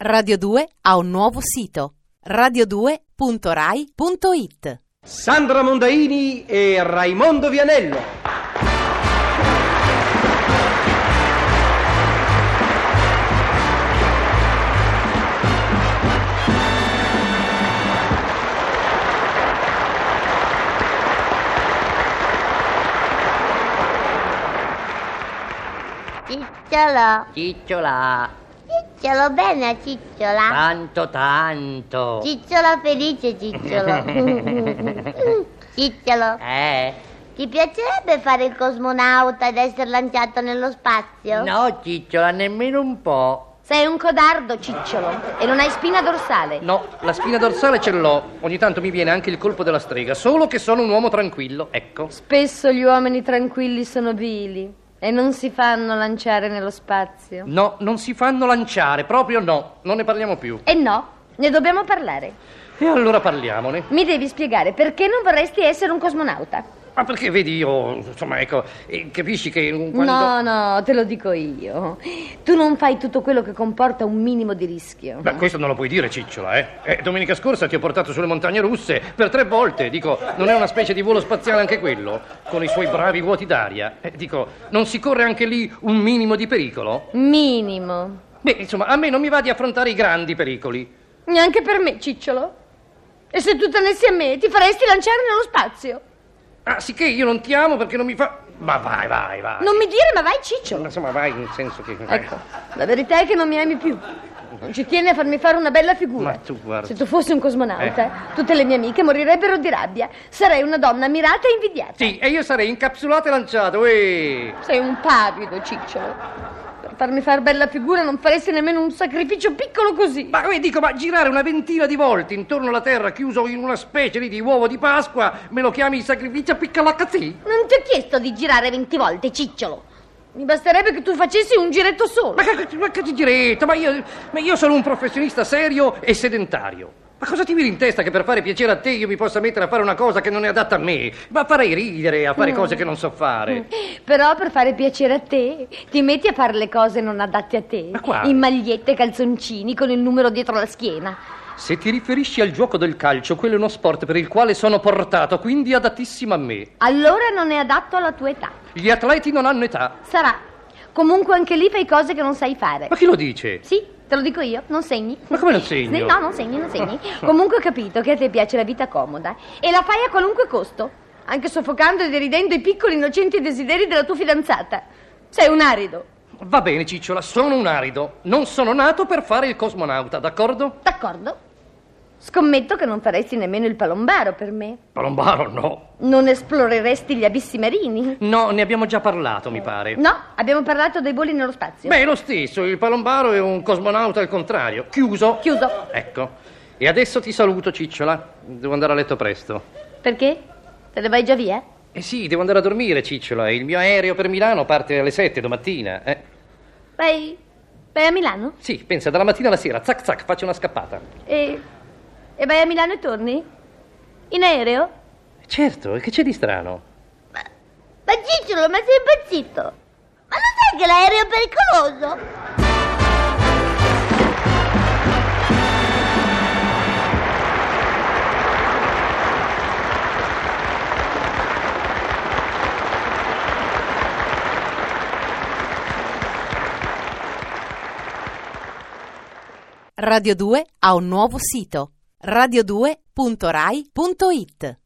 Radio 2 ha un nuovo sito radio2.rai.it Sandra Mondaini e Raimondo Vianello. Cicciolo, Cicciola, cicciolo bene cicciola. tanto tanto. Cicciolo felice cicciolo. cicciolo, Eh? ti piacerebbe fare il cosmonauta ed essere lanciato nello spazio? No, Cicciola, nemmeno un po'. Sei un codardo, cicciolo, e non hai spina dorsale. No, la spina dorsale ce l'ho. Ogni tanto mi viene anche il colpo della strega, solo che sono un uomo tranquillo, ecco. Spesso gli uomini tranquilli sono vili e non si fanno lanciare nello spazio. No, non si fanno lanciare, proprio no, non ne parliamo più. E no, ne dobbiamo parlare. E allora parliamone. Mi devi spiegare perché non vorresti essere un cosmonauta. Ma perché vedi io, insomma, ecco, eh, capisci che eh, quando... No, no, te lo dico io. Tu non fai tutto quello che comporta un minimo di rischio. Beh, questo non lo puoi dire, Cicciola, eh. Eh, Domenica scorsa ti ho portato sulle montagne russe per tre volte. Dico, non è una specie di volo spaziale anche quello? Con i suoi bravi vuoti d'aria. Eh, dico, non si corre anche lì un minimo di pericolo? Minimo. Beh, insomma, a me non mi va di affrontare i grandi pericoli. Neanche per me, cicciolo. E se tu tenessi a me, ti faresti lanciare nello spazio. Ah, sicché io non ti amo perché non mi fa... Ma vai, vai, vai. Non mi dire, ma vai, cicciolo. Insomma, vai nel senso che... Ecco, la verità è che non mi ami più. Non ci tieni a farmi fare una bella figura. Ma tu guarda- Eh. Se tu fossi un cosmonauta, tutte le mie amiche morirebbero di rabbia. Sarei una donna ammirata e invidiata. Sì, e io sarei incapsulato e lanciato, eh. uè. Sei un pavido, cicciolo. Per farmi far bella figura non faresti nemmeno un sacrificio piccolo così. Ma eh, dico, ma girare una ventina di volte intorno alla Terra chiuso in una specie lì di uovo di Pasqua, me lo chiami sacrificio piccalacazzì? Non ti ho chiesto di girare 20 volte, cicciolo. Mi basterebbe che tu facessi un giretto solo. Ma che, ma che ti direte? Ma io, ma io sono un professionista serio e sedentario. Ma cosa ti viene in testa che per fare piacere a te io mi possa mettere a fare una cosa che non è adatta a me? Ma farei ridere, a fare cose che non so Mm. fare. Però per fare piacere a te, ti metti a fare le cose non adatte a te. Ma quali? In magliette, calzoncini, con il numero dietro la schiena. Se ti riferisci al gioco del calcio, quello è uno sport per il quale sono portato, quindi adattissimo a me. Allora non è adatto alla tua età. Gli atleti non hanno età. Sarà. Comunque anche lì fai cose che non sai fare. Ma chi lo dice? Sì, te lo dico io, non segni. Ma come non segno? Ah, Sì, No, non segni, non segni. Comunque ho capito che a te piace la vita comoda e la fai a qualunque costo, anche soffocando e deridendo i piccoli innocenti desideri della tua fidanzata. Sei un arido, Va bene, Cicciola, sono un arido. Non sono nato per fare il cosmonauta, d'accordo? d'accordo? Scommetto che non faresti nemmeno il palombaro per me. Palombaro, no. Non esploreresti gli abissi marini. No, ne abbiamo già parlato, mi pare. No, abbiamo parlato dei voli nello spazio. Beh, è lo stesso, il palombaro è un cosmonauta al contrario. Chiuso. Chiuso. Ecco. E adesso ti saluto, Cicciola. Devo andare a letto presto. Perché? Te ne vai già via? Eh sì, devo andare a dormire, Cicciola. Il mio aereo per Milano parte alle 7 domattina. Eh? Vai, vai a Milano? Sì, pensa, dalla mattina alla sera, zac zac, faccio una scappata. E, e vai a Milano e torni? In aereo? Certo, e che c'è di strano? Ma cicciolo, ma sei impazzito? Ma lo sai che l'aereo è pericoloso? Radio 2 ha un nuovo sito radio2.rai.it